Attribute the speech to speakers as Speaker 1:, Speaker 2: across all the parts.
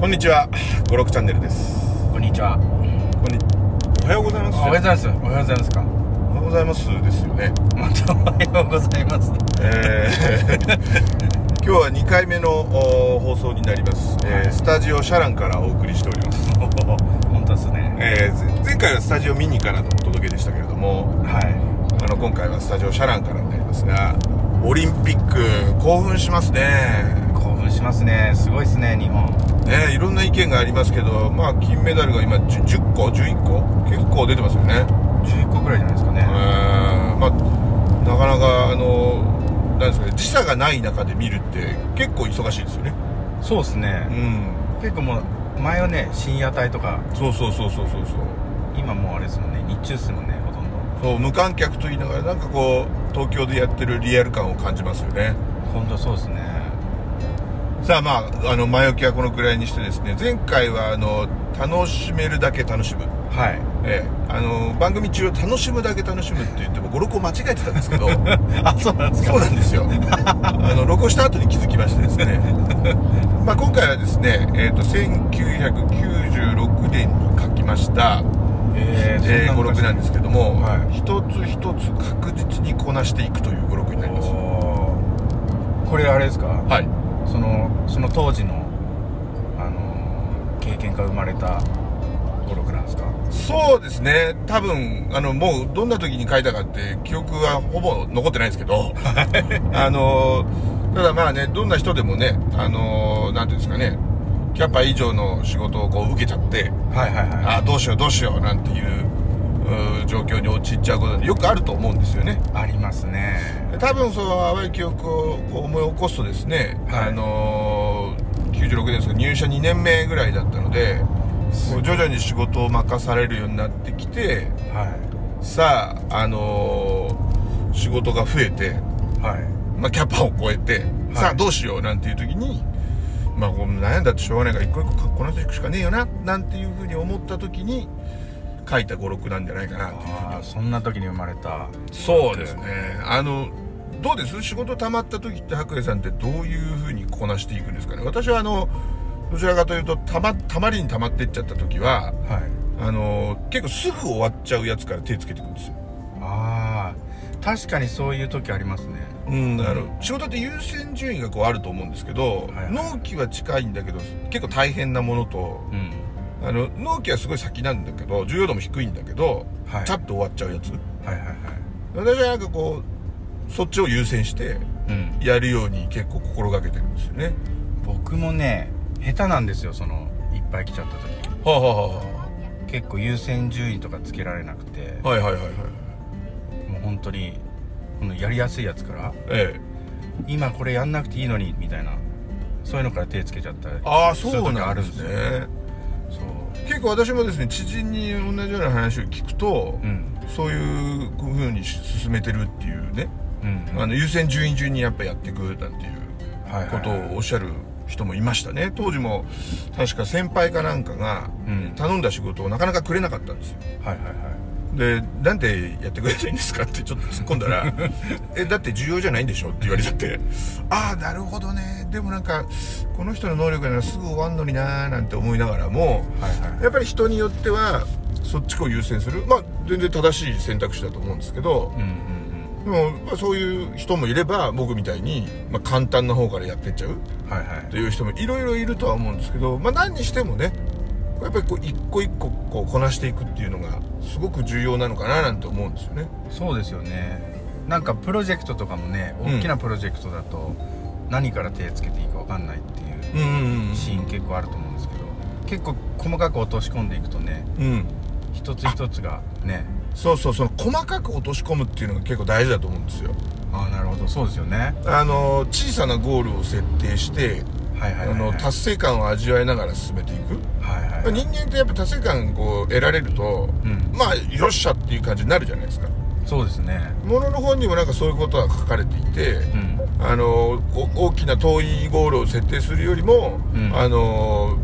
Speaker 1: こんにちは五六チャンネルです
Speaker 2: こんにち
Speaker 1: こ
Speaker 2: は。
Speaker 1: んにおはようございます
Speaker 2: おはようございます。おはようございますか。
Speaker 1: おはようございますですよね
Speaker 2: またおはようございます。
Speaker 1: えー 今日は2回目のお放送になります、えースタジオシャランからお送りしております、
Speaker 2: 本当ですね。
Speaker 1: えーぜ前回はスタジオミニからのお届けでしたけれども
Speaker 2: は
Speaker 1: あの今回はスタジオシャランからになりますがオリンピック興奮しますね
Speaker 2: い。興奮しますね。すごいですね、日本。
Speaker 1: ねいろんな意見がありますけどまあ金メダルが今 10, 10個11個結構出てますよね
Speaker 2: 11個くらいじゃないですかね。
Speaker 1: えーまあ、なかなかあのなんですかね時差がない中で見るって結構忙しいですよね
Speaker 2: そうですね
Speaker 1: う。ん
Speaker 2: 結構もう前はね深夜帯とか、
Speaker 1: そうそうそうそうそうそう
Speaker 2: 今もうあれですもんね。日中ですもんね、ほと
Speaker 1: そ
Speaker 2: んど。
Speaker 1: う無観客と言いながらなんかこう東京でやってるリアル感を感じますよね
Speaker 2: 本当そうですね。
Speaker 1: さあまああの前置きはこのくらいにしてですね前回はあの楽しめるだけ楽しむ、
Speaker 2: はい。
Speaker 1: ええ、あの番組中楽しむだけ楽しむって言っても56個間違えてたんですけど
Speaker 2: あ、そうなんです
Speaker 1: そうなんです よあの録音した後に気づきましてですね、 まあ、今回はですね、えー、と1996年に書きました
Speaker 2: え。
Speaker 1: えー語録なんですすけども、
Speaker 2: はい
Speaker 1: 一つ一つ確実にこなしていくという語録になります
Speaker 2: おーこれあれですか。
Speaker 1: はい
Speaker 2: そのその当時のあのー経験から生まれた語録なんですか。
Speaker 1: そうですね多分あのもうどんな時に書いたかって記憶はほぼ残ってないんですけど あのただまあねどんな人でもねあのなんていうんですかねキャパ以上の仕事をこう受けちゃって
Speaker 2: はいはいはい。
Speaker 1: あーどうしようどうしようなんていううー状況に陥っちゃうことによくあると思うんですよね
Speaker 2: ありますね
Speaker 1: 多分その淡い記憶をこう思い起こすとですね、
Speaker 2: はい
Speaker 1: あのー、96年ですが入社2年目ぐらいだったのでこう徐々に仕事を任されるようになってきて
Speaker 2: は
Speaker 1: さああのー仕事が増えて、
Speaker 2: いはい
Speaker 1: まあ、キャパを超えて、
Speaker 2: い
Speaker 1: さあどうしようなんていう時に、まあ、こう悩んだってしょうがないから一個一個こなしていくしかねえよななんていうふうに思った時に書いた語録なんじゃないかなっていうふうに
Speaker 2: あーそんな時に生まれた
Speaker 1: そうですねあのどうです仕事溜まった時って白衣さんってどういうふうにこなしていくんですかね私はあのどちらかというとたまたまりに溜まってっちゃった時は
Speaker 2: はい
Speaker 1: あの結構すぐ終わっちゃうやつから手つけていくんですよ
Speaker 2: ああ確かにそういう時ありますね
Speaker 1: うん、あの仕事って優先順位がこうあると思うんですけど、
Speaker 2: はい
Speaker 1: 納期は近いんだけど結構大変なものと
Speaker 2: うん
Speaker 1: あの納期はすごい先なんだけど重要度も低いんだけど、
Speaker 2: はい
Speaker 1: チャッと終わっちゃうやつ
Speaker 2: はいはいはい
Speaker 1: 私はなんかこうそっちを優先して
Speaker 2: うん
Speaker 1: やるように結構心がけてるんですよね
Speaker 2: 僕もね下手なんですよそのいっぱい来ちゃった時
Speaker 1: はあ、は
Speaker 2: 結構優先順位とかつけられなくて
Speaker 1: あはあ、はいはいはいはい
Speaker 2: もう本当にこのやりやすいやつから
Speaker 1: ええ
Speaker 2: 今これやんなくていいのにみたいなそういうのから手つけちゃったり
Speaker 1: ああ
Speaker 2: する
Speaker 1: そう
Speaker 2: 時
Speaker 1: な
Speaker 2: あ
Speaker 1: ん
Speaker 2: る
Speaker 1: で
Speaker 2: んですすよ
Speaker 1: ね
Speaker 2: そう
Speaker 1: 結構私もですね知人に同じような話を聞くと、
Speaker 2: うん
Speaker 1: そういうふうに進めてるっていうね、
Speaker 2: うん
Speaker 1: あの優先順位順にやっぱやっていくなんていう
Speaker 2: はいはい
Speaker 1: ことをおっしゃる人もいましたね当時も確か先輩かなんかが
Speaker 2: うん
Speaker 1: 頼んだ仕事をなかなかくれなかったんですよ
Speaker 2: はいはいはい
Speaker 1: でなんでやってくれないんですかってちょっと突っ込んだ ら「えだって重要じゃないんでしょ?」って言われちゃって「ああなるほどねでもなんかこの人の能力ならすぐ終わんのにな」なんて思いながらも
Speaker 2: はいはい
Speaker 1: やっぱり人によってはそっちを優先するまあ全然正しい選択肢だと思うんですけどで
Speaker 2: うんうん
Speaker 1: も、まあ、そういう人もいれば僕みたいに、まあ、簡単な方からやってっちゃう
Speaker 2: うんはいはい
Speaker 1: という人もいろいろいるとは思うんですけど、まあ、何にしてもねやっぱりこう一個一個こうこなしていくっていうのがすごく重要なのかななんて思うんですよね。
Speaker 2: そうですよねなんかプロジェクトとかもね
Speaker 1: うん
Speaker 2: 大きなプロジェクトだと何から手つけていいか分かんないっていう
Speaker 1: うんうん
Speaker 2: シーン結構あると思うんですけど結構細かく落とし込んでいくとね
Speaker 1: うん、うん、
Speaker 2: 一つ一つがね
Speaker 1: そうそうその細かく落とし込むっていうのが結構大事だと思うんですよ。
Speaker 2: ああなるほどそうですよね
Speaker 1: あの小さなゴールを設定して、
Speaker 2: はいはいはい
Speaker 1: あの達成感を味わいながら進めていく。
Speaker 2: はいはいはい
Speaker 1: 人間ってやっぱ達成感こう得られると、
Speaker 2: うん
Speaker 1: まあよっしゃっていう感じになるじゃないですか。
Speaker 2: そうですね
Speaker 1: ものの本にもなんかそういうことが書かれていて。
Speaker 2: うん
Speaker 1: あのお大きな遠いゴールを設定するよりも、
Speaker 2: うん
Speaker 1: あの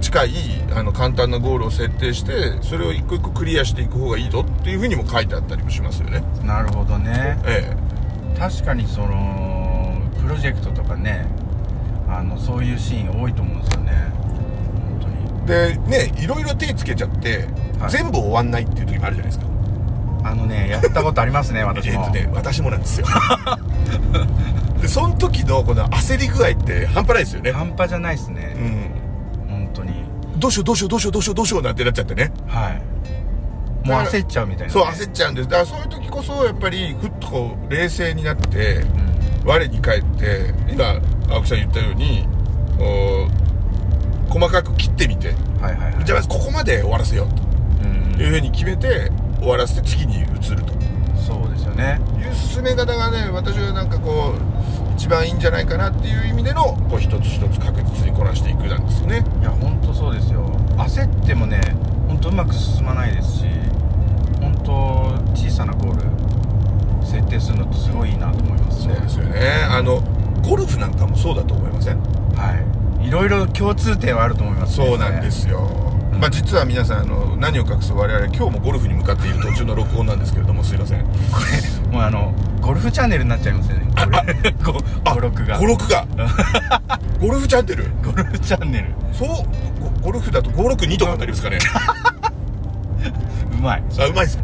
Speaker 1: 近いあの簡単なゴールを設定してそれを一個一個クリアしていく方がいいぞっていうふうにも書いてあったりもしますよね。
Speaker 2: なるほどね
Speaker 1: え
Speaker 2: 確かにそのプロジェクトとかねあのそういうシーン多いと思うんですよね
Speaker 1: え、でねいろいろ手つけちゃって、
Speaker 2: はい
Speaker 1: 全部終わんないっていう時もあるじゃないですか
Speaker 2: あのねやったことありま すね私
Speaker 1: えっ
Speaker 2: も
Speaker 1: とね私もなんです よでその時のこの焦り具合って半端ないですよね
Speaker 2: 半端じゃないです
Speaker 1: う
Speaker 2: ね、
Speaker 1: ん
Speaker 2: 本当に
Speaker 1: どうしようどうしようどうしようどうしようどうしようなんてなっちゃってね
Speaker 2: はいもう
Speaker 1: だから
Speaker 2: 焦っちゃうみたいなね、
Speaker 1: そう焦っちゃうんですだからそういう時こそやっぱりふっとこう冷静になって
Speaker 2: うん
Speaker 1: 我に返って今青木さん言ったようにお細かく切ってみて
Speaker 2: はいはいはい
Speaker 1: じゃあまずここまで終わらせよう
Speaker 2: うん
Speaker 1: というふうに決めて終わらせて次に移ると
Speaker 2: そうですよね
Speaker 1: いう進め方がね私はなんかこう一番いいんじゃないかなっていう意味でのこう一つ一つ確実にこなしていくなんですよね
Speaker 2: いや本当そうですよ焦ってもね本当うまく進まないですし本当小さなゴール設定するのってすごいいいなと思いますね
Speaker 1: よねあのゴルフなんかもそうだと思いません
Speaker 2: はいいろいろ共通点はあると思いますね
Speaker 1: そうなんですよ、
Speaker 2: うん
Speaker 1: まあ実は皆さんあの何を隠そう我々今日もゴルフに向かっている途中の録音なんですけれどもすいません
Speaker 2: これもうあのゴルフチャンネルになっちゃいま すよねこれご語録が
Speaker 1: 語録 がゴルフチャンネル
Speaker 2: ゴルフチャンネル
Speaker 1: そうゴゴルフだと562とかになります かね
Speaker 2: うまい
Speaker 1: あうまいっ す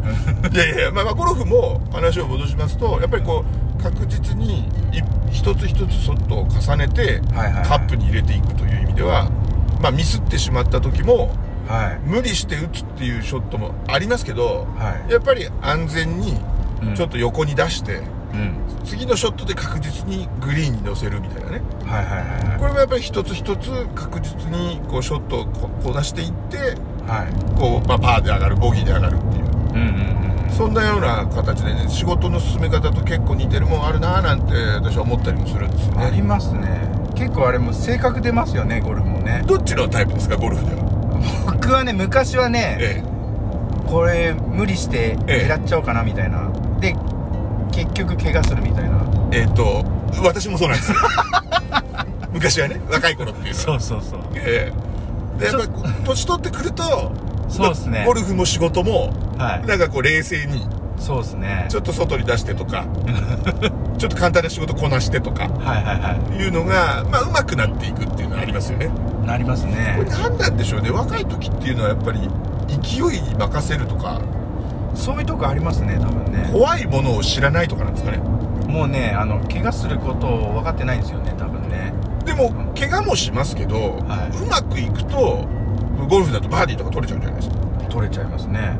Speaker 1: いやいや、まあ、まあゴルフも話を戻しますとやっぱりこう確実にい一つ一つショットを重ねて
Speaker 2: はいはいはい
Speaker 1: カップに入れていくという意味では、まあ、ミスってしまった時も
Speaker 2: はい
Speaker 1: 無理して打つっていうショットもありますけど
Speaker 2: はい
Speaker 1: やっぱり安全に
Speaker 2: うん
Speaker 1: ちょっと横に出して、
Speaker 2: うん
Speaker 1: 次のショットで確実にグリーンに乗せるみたいなね
Speaker 2: はいはいはい
Speaker 1: これもやっぱり一つ一つ確実にこうショットをここなしていって
Speaker 2: はいはい
Speaker 1: こう、まあ、パーで上がるボギーで上がるっていう
Speaker 2: うんうんうん
Speaker 1: そんなような形でね仕事の進め方と結構似てるもんあるなぁなんて私は思ったりもするんですよ
Speaker 2: あり
Speaker 1: ね
Speaker 2: ますね結構あれも性格出ますよねゴルフもね
Speaker 1: どっちのタイプですかゴルフでは
Speaker 2: 僕はね昔はね、
Speaker 1: え
Speaker 2: これ無理して
Speaker 1: ええ
Speaker 2: 狙っちゃおうかなみたいな、で結局怪我するみたいな
Speaker 1: ええっと私もそうなんですよ 昔はね若い頃っていうのは
Speaker 2: うそうそう
Speaker 1: ええでやっぱりこう年取ってくると
Speaker 2: そうっすね
Speaker 1: ゴルフも仕事も
Speaker 2: は
Speaker 1: なんかこう冷静に
Speaker 2: いそうっすね
Speaker 1: ちょっと外に出してと かちょっと簡単な仕事こなしてとか
Speaker 2: はいはいは
Speaker 1: いうのがまあ上手くなっていくっていうのはありますよね
Speaker 2: いなりますね
Speaker 1: これ何なんでしょうね若い時っていうのはやっぱり勢いに任せるとか
Speaker 2: そういうとこありますね多分ね
Speaker 1: 怖いものを知らないとかなんですかね
Speaker 2: もうねあの怪我することを分かってないんですよね多分ね
Speaker 1: でも怪我もしますけど、
Speaker 2: はいう
Speaker 1: まくいくとゴルフだとバーディーとか取れちゃうじゃないですか
Speaker 2: 取れちゃいますね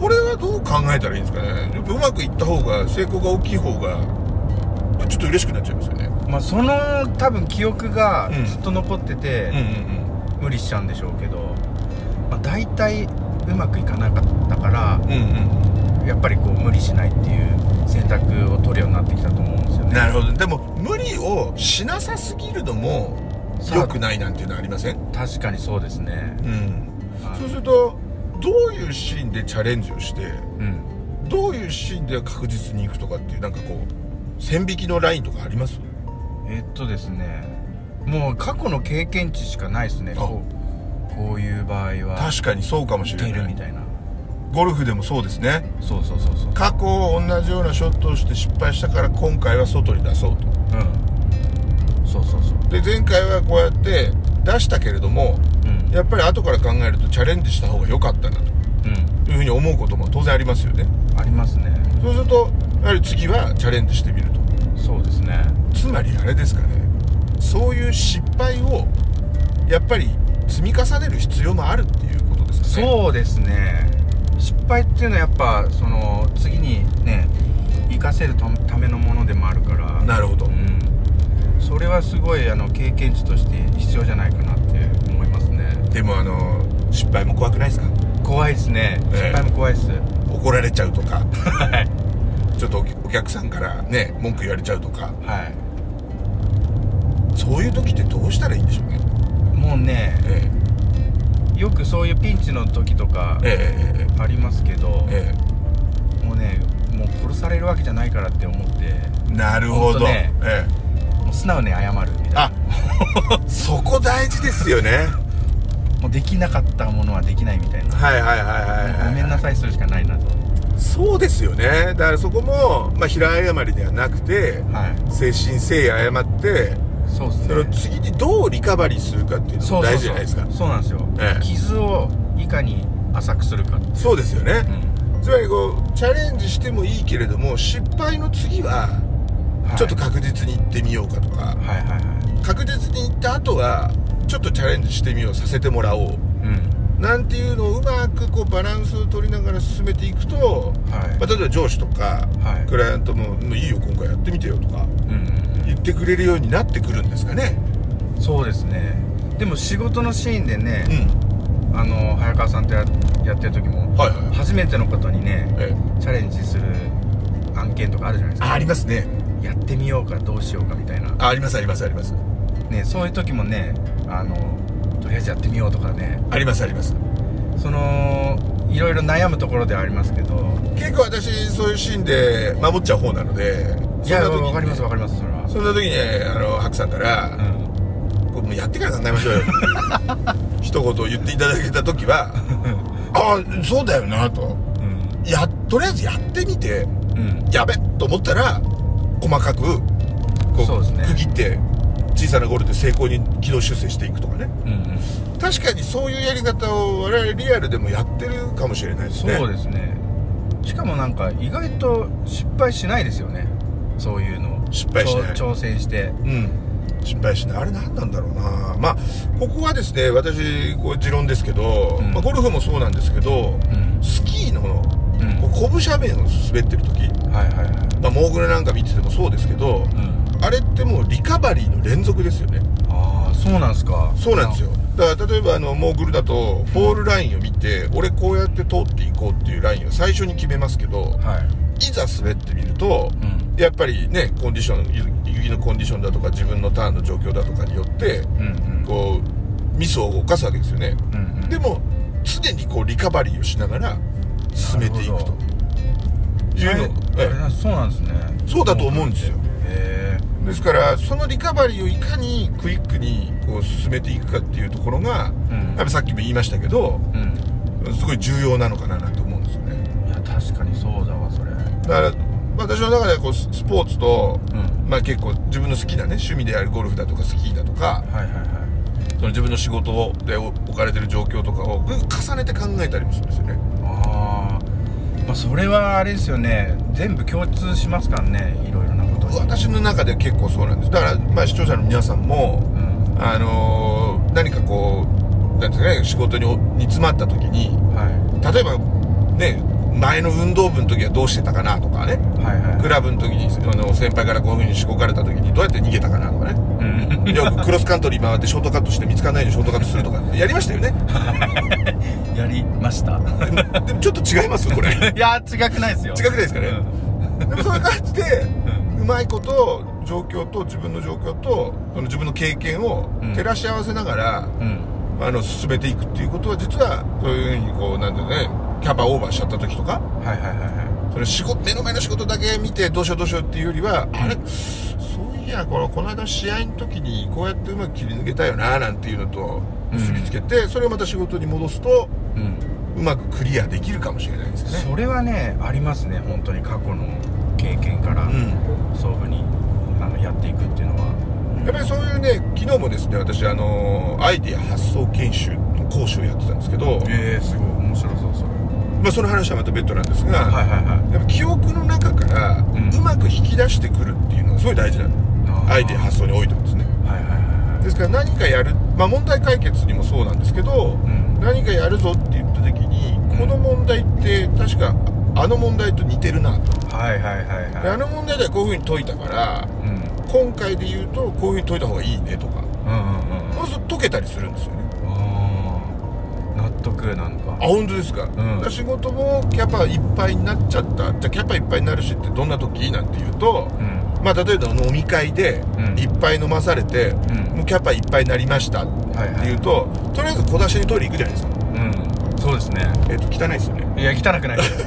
Speaker 1: これはどう考えたらいいんですかねやっぱうまくいった方が成功が大きい方がちょっと嬉しくなっちゃいますよね
Speaker 2: まあその多分記憶が
Speaker 1: うん
Speaker 2: ずっと残ってて、
Speaker 1: うんうん
Speaker 2: 無理しちゃうんでしょうけど、まあ、大体うまくいかなかったから
Speaker 1: うんうんうん
Speaker 2: やっぱりこう無理しないっていう選択を取るようになってきたと思うんですよね
Speaker 1: なるほどでも無理をしなさすぎるのも
Speaker 2: さあ
Speaker 1: 良くないなんていうのはありません
Speaker 2: 確かにそうですね
Speaker 1: うん
Speaker 2: はい
Speaker 1: そうするとどういうシーンでチャレンジをして
Speaker 2: うん
Speaker 1: どういうシーンで確実に行くとかっていうなんかこう線引きのラインとかあります
Speaker 2: えっとですねもう過去の経験値しかないですね
Speaker 1: あ
Speaker 2: こうこういう場合は
Speaker 1: 確かにそうかもし
Speaker 2: いけ
Speaker 1: れ
Speaker 2: る
Speaker 1: な
Speaker 2: み
Speaker 1: い
Speaker 2: たいな
Speaker 1: ゴルフでもそうですね
Speaker 2: そうそうそうそう
Speaker 1: 過去同じようなショットをして失敗したから今回は外に出そうと
Speaker 2: うんそうそうそう
Speaker 1: で前回はこうやって出したけれども
Speaker 2: うん
Speaker 1: やっぱり後から考えるとチャレンジした方が良かったなと
Speaker 2: う
Speaker 1: いうふうに思うことも当然ありますよね
Speaker 2: んありますね
Speaker 1: そうするとやはり次はチャレンジしてみると
Speaker 2: そうですね
Speaker 1: つまりあれですかねそういう失敗をやっぱり積み重ねる必要もあるっていうことですかね
Speaker 2: そうですね失敗っていうのはやっぱその次にね生かせるたためのものでもあるから
Speaker 1: なるほど、
Speaker 2: うんそれはすごいあの経験値として必要じゃないかなって思いますね
Speaker 1: でもあの失敗も怖くないですか
Speaker 2: 怖いですね
Speaker 1: ええ
Speaker 2: 失敗も怖いです、
Speaker 1: 怒られちゃうとか
Speaker 2: はい
Speaker 1: ちょっとおお客さんからね文句言われちゃうとか
Speaker 2: はい
Speaker 1: そういう時ってどうしたらいいんでしょうね
Speaker 2: もうね
Speaker 1: え
Speaker 2: よくそういうピンチの時とか
Speaker 1: えええ
Speaker 2: ありますけど
Speaker 1: ええええ
Speaker 2: もうねもう殺されるわけじゃないからって思って
Speaker 1: えなるほ
Speaker 2: ほ
Speaker 1: ど
Speaker 2: んとね
Speaker 1: ええ
Speaker 2: もう素直に謝るみたいな
Speaker 1: あそこ大事ですよね
Speaker 2: もうできなかったものはできないみたいな
Speaker 1: はいはいはいはいはい、はい、
Speaker 2: ごめんなさいするしかないなと
Speaker 1: そうですよねだからそこも、まあ、平謝りではなくて
Speaker 2: はい
Speaker 1: 誠心誠意謝って
Speaker 2: そうですね
Speaker 1: それを次にどうリカバリーするかっていうの
Speaker 2: そ
Speaker 1: も
Speaker 2: うそうそう
Speaker 1: 大事じゃないですか
Speaker 2: そうなんですよ、
Speaker 1: ええ
Speaker 2: 傷をいかに浅くするかって
Speaker 1: そうですよ
Speaker 2: う
Speaker 1: ね、
Speaker 2: ん
Speaker 1: つまりこうチャレンジしてもいいけれども失敗の次は
Speaker 2: はい
Speaker 1: ちょっと確実に行ってみようかとか、
Speaker 2: はいはいはい
Speaker 1: 確実に行った後はちょっとチャレンジしてみようさせてもらおう
Speaker 2: うん
Speaker 1: なんていうのをうまくこうバランスを取りながら進めていくと、
Speaker 2: はい、
Speaker 1: まあ、例えば上司とか
Speaker 2: はい
Speaker 1: クライアントも「もういいよ今回やってみてよ」とか
Speaker 2: うんうん
Speaker 1: 言ってくれるようになってくるんですかね
Speaker 2: うんそうですねでも仕事のシーンでね
Speaker 1: う、ん
Speaker 2: あの早川さんとややってる時も
Speaker 1: はいはい
Speaker 2: 初めてのことにね
Speaker 1: ええ
Speaker 2: チャレンジする案件とかあるじゃないです
Speaker 1: あ
Speaker 2: か
Speaker 1: ありますね
Speaker 2: やってみようかどうしようかみたいな、
Speaker 1: あありますありますあります
Speaker 2: ね、そういう時もねあのとりあえずやってみようとかね
Speaker 1: ありますあります
Speaker 2: そのいろいろ悩むところではありますけど
Speaker 1: 結構私そういうシーンで守っちゃう方なので
Speaker 2: いや
Speaker 1: そんな時にね
Speaker 2: わかりますわかりますそれは
Speaker 1: そんな時にねあの白さんから
Speaker 2: う
Speaker 1: これもうやってから考えま しょうよ一言言っていただけた時はああそうだよなと
Speaker 2: ん
Speaker 1: やとりあえずやってみて
Speaker 2: うんうん
Speaker 1: やべっと思ったら細かくこ
Speaker 2: そう
Speaker 1: う
Speaker 2: ですね
Speaker 1: 区切って小さなゴールで成功に軌道修正していくとかね
Speaker 2: うん
Speaker 1: 確かにそういうやり方を我々リアルでもやってるかもしれないですね
Speaker 2: そうですねしかもなんか意外と失敗しないですよねそういうの
Speaker 1: 失敗しない
Speaker 2: 挑挑戦して
Speaker 1: うん失敗しないあれ何なんだろうなまあここはですね私こう持論ですけど、
Speaker 2: うん
Speaker 1: まあ、ゴルフもそうなんですけど
Speaker 2: うん
Speaker 1: スキーの
Speaker 2: うん
Speaker 1: こう拳斜面を滑ってる時、
Speaker 2: はいはいはい
Speaker 1: まあ、モーグルなんか見ててもそうですけど
Speaker 2: うん
Speaker 1: あれってもうリカバリーの連続ですよね
Speaker 2: ああそうなんすか
Speaker 1: そうなんですよだから例えばあのモーグルだとフォールラインを見て俺こうやって通っていこうっていうラインを最初に決めますけど
Speaker 2: はい
Speaker 1: いざ滑ってみると
Speaker 2: うん
Speaker 1: やっぱりねコンディションゆ雪のコンディションだとか自分のターンの状況だとかによって
Speaker 2: うんうん
Speaker 1: こうミスを犯すわけですよね
Speaker 2: うんうん
Speaker 1: でも常にこうリカバリーをしながら進めていくというの
Speaker 2: あれ
Speaker 1: え
Speaker 2: あれなそうなんですね
Speaker 1: えそうだと思うんですよ
Speaker 2: へえ
Speaker 1: ですからそのリカバリーをいかにクイックにこう進めていくかっていうところが
Speaker 2: うん
Speaker 1: やっぱさっきも言いましたけど
Speaker 2: うん
Speaker 1: すごい重要なのかななんて思うんですよね
Speaker 2: いや確かにそうだわそれうん
Speaker 1: だから私の中ではこうススポーツと、まあ、結構自分の好きなね趣味であるゴルフだとかスキーだとか
Speaker 2: はいはいは
Speaker 1: その自分の仕事で置かれてる状況とかを重ねて考えたりもするんですよね
Speaker 2: いあーまあそれはあれですよね全部共通しますからねいろいろなことに
Speaker 1: 私の中で結構そうなんですだから、まあ、視聴者の皆さんも、
Speaker 2: うん
Speaker 1: あのー何かこうなんていうんですかね仕事におに詰まった時に
Speaker 2: は
Speaker 1: 例えばね前の運動部の時はどうしてたかなとかね
Speaker 2: いはいはい
Speaker 1: クラブの時にあの先輩からこういう風にしごかれた時にどうやって逃げたかなとかね
Speaker 2: うん
Speaker 1: よくクロスカントリー回ってショートカットして見つからないようにショートカットするとかやりましたよね
Speaker 2: やりました
Speaker 1: でもちょっと違いますこれ違
Speaker 2: いや違くないですよ
Speaker 1: くないですかね、でもそういう感じで
Speaker 2: うん
Speaker 1: うまいこと状況と自分の状況とその自分の経験を
Speaker 2: うん
Speaker 1: 照らし合わせながら、
Speaker 2: うんうん
Speaker 1: あの進めていくっていうことは実はそういう風にこうなんていうのねキャパオーバーしちゃった時とか
Speaker 2: はいはいはいは
Speaker 1: それ仕事目の前の仕事だけ見てどうしようどうしようっていうよりはあれそういやこのこの間の試合の時にこうやってうまく切り抜けたよななんていうのと結びつけて、それをまた仕事に戻すと
Speaker 2: いうん
Speaker 1: うまくクリアできるかもしれないですね。
Speaker 2: それはねありますね本当に過去の経験から、
Speaker 1: うん
Speaker 2: そういうふうにあのやっていくっていうの
Speaker 1: やっぱりそういうね昨日もですね私あのアイディア発想研修の講師をやってたんですけど
Speaker 2: は、ええすごい面白そうそれ
Speaker 1: まあ、その話はまた別途なんですが、
Speaker 2: はいはいはい
Speaker 1: やっぱ記憶の中から
Speaker 2: ん
Speaker 1: うまく引き出してくるっていうのがすごい大事なの
Speaker 2: あー
Speaker 1: アイディア発想においてもですね
Speaker 2: はいはいはいはい
Speaker 1: ですから何かやる、まあ、問題解決にもそうなんですけど、
Speaker 2: ん
Speaker 1: 何かやるぞって言った時に
Speaker 2: うん
Speaker 1: この問題って確かあの問題と似てるなと、
Speaker 2: はいはいはい
Speaker 1: で
Speaker 2: は
Speaker 1: あ
Speaker 2: い
Speaker 1: の問題ではこういうふうに解いたから
Speaker 2: うんうん
Speaker 1: 今回で言うとこういうふうに解いた方がいいねとか
Speaker 2: うんうん
Speaker 1: そうすると解けたりするんですよね
Speaker 2: あー納得なんか
Speaker 1: あ本当ですか,、
Speaker 2: ん
Speaker 1: 仕事もキャパいっぱいになっちゃったじゃあキャパいっぱいになるしってどんな時なんて言うと、
Speaker 2: うん
Speaker 1: まあ、例えば飲み会で
Speaker 2: うん
Speaker 1: いっぱい飲まされて、
Speaker 2: うん
Speaker 1: もうキャパいっぱいになりましたって
Speaker 2: はいはい
Speaker 1: いうと、とりあえず小出しにトイレ行くじゃないですか
Speaker 2: うんそうですね
Speaker 1: えっ、と汚いですよね
Speaker 2: いや汚くないです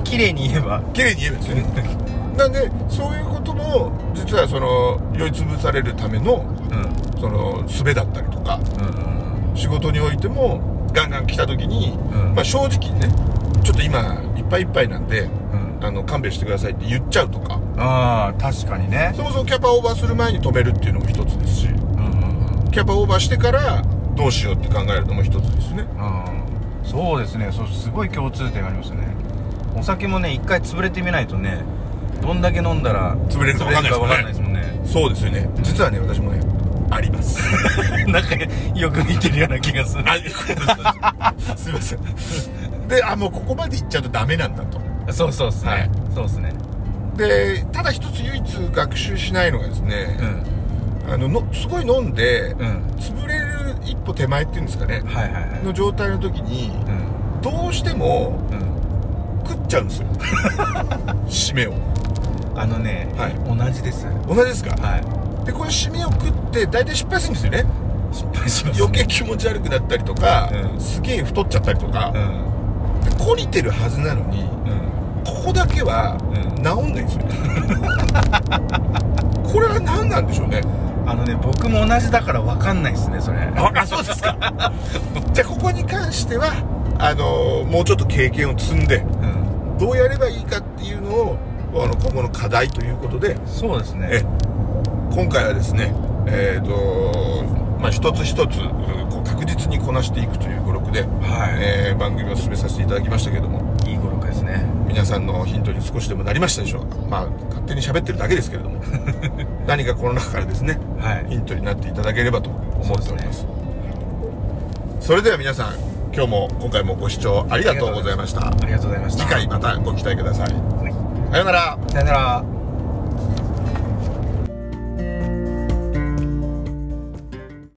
Speaker 2: 綺麗に言えば
Speaker 1: 綺麗に言えばですよね なんでそういうことも実はその酔いつぶされるための
Speaker 2: うんうん
Speaker 1: その術だったりとか
Speaker 2: うん
Speaker 1: 仕事においてもガンガン来た時に、
Speaker 2: うん
Speaker 1: まあ正直ねちょっと今いっぱいいっぱいなんで
Speaker 2: うん
Speaker 1: あの勘弁してくださいって言っちゃうとか
Speaker 2: ああ確かにね
Speaker 1: そもそもキャパオーバーする前に止めるっていうのも一つですしキャパオーバーしてからどうしようって考えるのも一つですね
Speaker 2: うんそうですねそうすごい共通点がありますよねお酒もね一回潰れてみないとねどんだけ飲んだら
Speaker 1: 潰れるか分かんないですもんね
Speaker 2: 潰れるか分かんないですもんね
Speaker 1: そうですよね実はね私もねあります
Speaker 2: なんかよく似てるような気がする
Speaker 1: あすいませんであもうここまで行っちゃうとダメなんだと
Speaker 2: そうそうっすね、
Speaker 1: はい
Speaker 2: そうっすね
Speaker 1: でただ一つ唯一学習しないのがです
Speaker 2: う
Speaker 1: ね、
Speaker 2: ん
Speaker 1: あののすごい飲んで、
Speaker 2: うん
Speaker 1: 潰れる一歩手前っていうんですかね
Speaker 2: はいはいはい
Speaker 1: の状態の時に
Speaker 2: う
Speaker 1: どうしても
Speaker 2: んうん
Speaker 1: 食っちゃうんですよ締めを
Speaker 2: あのね、
Speaker 1: はい
Speaker 2: 同じですは
Speaker 1: 同じですか
Speaker 2: い
Speaker 1: でこれ締めを食って大体失敗するんですよね
Speaker 2: 失敗します
Speaker 1: 余計気持ち悪くなったりとか、
Speaker 2: うん
Speaker 1: すげえ太っちゃったりとか
Speaker 2: う、ん
Speaker 1: 懲りてるはずなのに
Speaker 2: うん
Speaker 1: ここだけは
Speaker 2: うん
Speaker 1: 治んないんですよ、 これは何なんでしょうね
Speaker 2: あのね僕も同じだから分かんないっすねそれ
Speaker 1: ああそうですか じゃあここに関してはあのもうちょっと経験を積んで
Speaker 2: うん
Speaker 1: どうやればいいかっていうのをあの今後の課題ということで
Speaker 2: そうですね
Speaker 1: え今回はですねえっ、とまあ一つ一つこう確実にこなしていくという語録で、
Speaker 2: は
Speaker 1: えー番組を進めさせていただきましたけども
Speaker 2: いいい語録ですね
Speaker 1: 皆さんのヒントに少しでもなりましたでしょうかまあ勝手に喋ってるだけですけれ ども何かこの中からですね
Speaker 2: はい
Speaker 1: ヒントになっていただければと思っております
Speaker 2: そ
Speaker 1: それでは皆さん今日も今回もご視聴ありがとうございました
Speaker 2: ありがとうございました
Speaker 1: 次回またご期待くださいさようなら
Speaker 2: さよなら